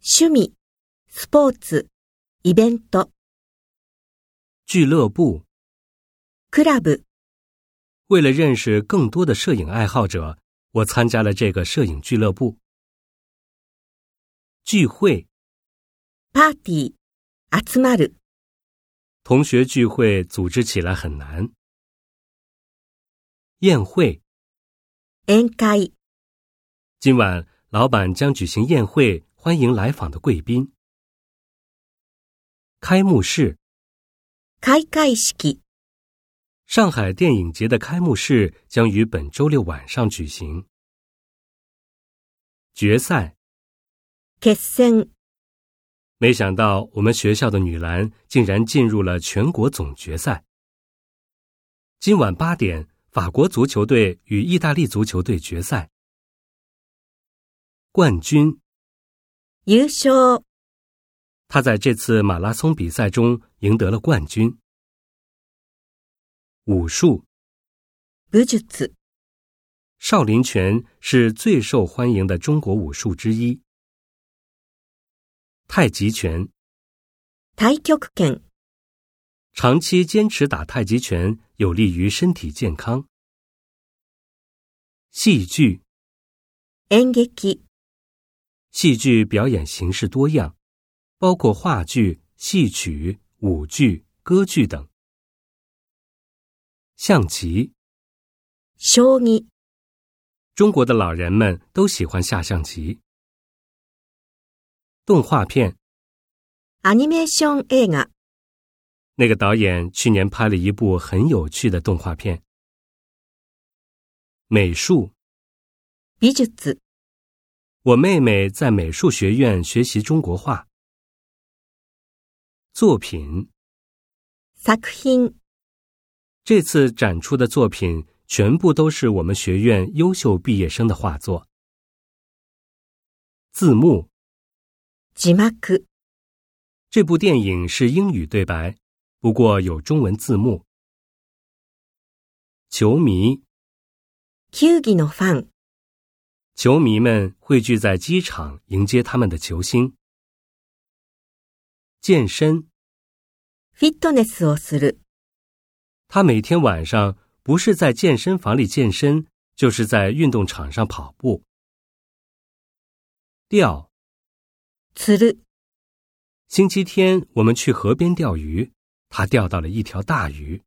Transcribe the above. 趣味、スポーツ、イベント、俱乐部。クラブ、为了认识更多的摄影爱好者，我参加了这个摄影俱乐部。聚会，パーティー、集まる、同学聚会组织起来很难。宴会，宴会、今晚老板将举行宴会，欢迎来访的贵宾。开幕式，開会式、上海电影节的开幕式将于本周六晚上举行。决赛，決戦、没想到我们学校的女篮竟然进入了全国总决赛。今晚八点，法国足球队与意大利足球队决赛。冠军，優勝、他在这次马拉松比赛中赢得了冠军。武术，武術、少林拳是最受欢迎的中国武术之一。太极拳，太極拳、长期坚持打太极拳有利于身体健康。戏剧，演劇、戏剧表演形式多样，包括话剧、戏曲、舞剧、歌剧等。象棋，将棋、中国的老人们都喜欢下象棋。动画片，アニメーション映画、那个导演去年拍了一部很有趣的动画片。美术，美術、我妹妹在美术学院学习中国画。作品，作品、这次展出的作品全部都是我们学院优秀毕业生的画作。字幕，字幕、这部电影是英语对白，不过有中文字幕。球迷，球技のファン、球迷们汇聚在机场迎接他们的球星。健身，フィットネスをする、他每天晚上不是在健身房里健身，就是在运动场上跑步。钓，釣る、星期天我们去河边钓鱼，他钓到了一条大鱼。